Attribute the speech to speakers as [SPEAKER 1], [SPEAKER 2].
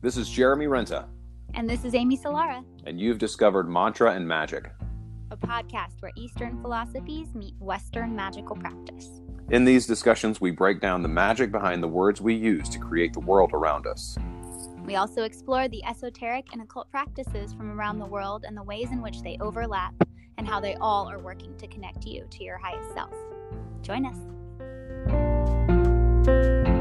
[SPEAKER 1] This is Jeremy Renta,
[SPEAKER 2] And this is Amy Solara,
[SPEAKER 1] and you've discovered Mantra and Magic.
[SPEAKER 2] a podcast where Eastern philosophies meet Western magical practice.
[SPEAKER 1] In these discussions, we break down the magic behind the words we use to create the world around us.
[SPEAKER 2] We also explore the esoteric and occult practices from around the world and the ways in which they overlap and how they all are working to connect you to your highest self. Join us.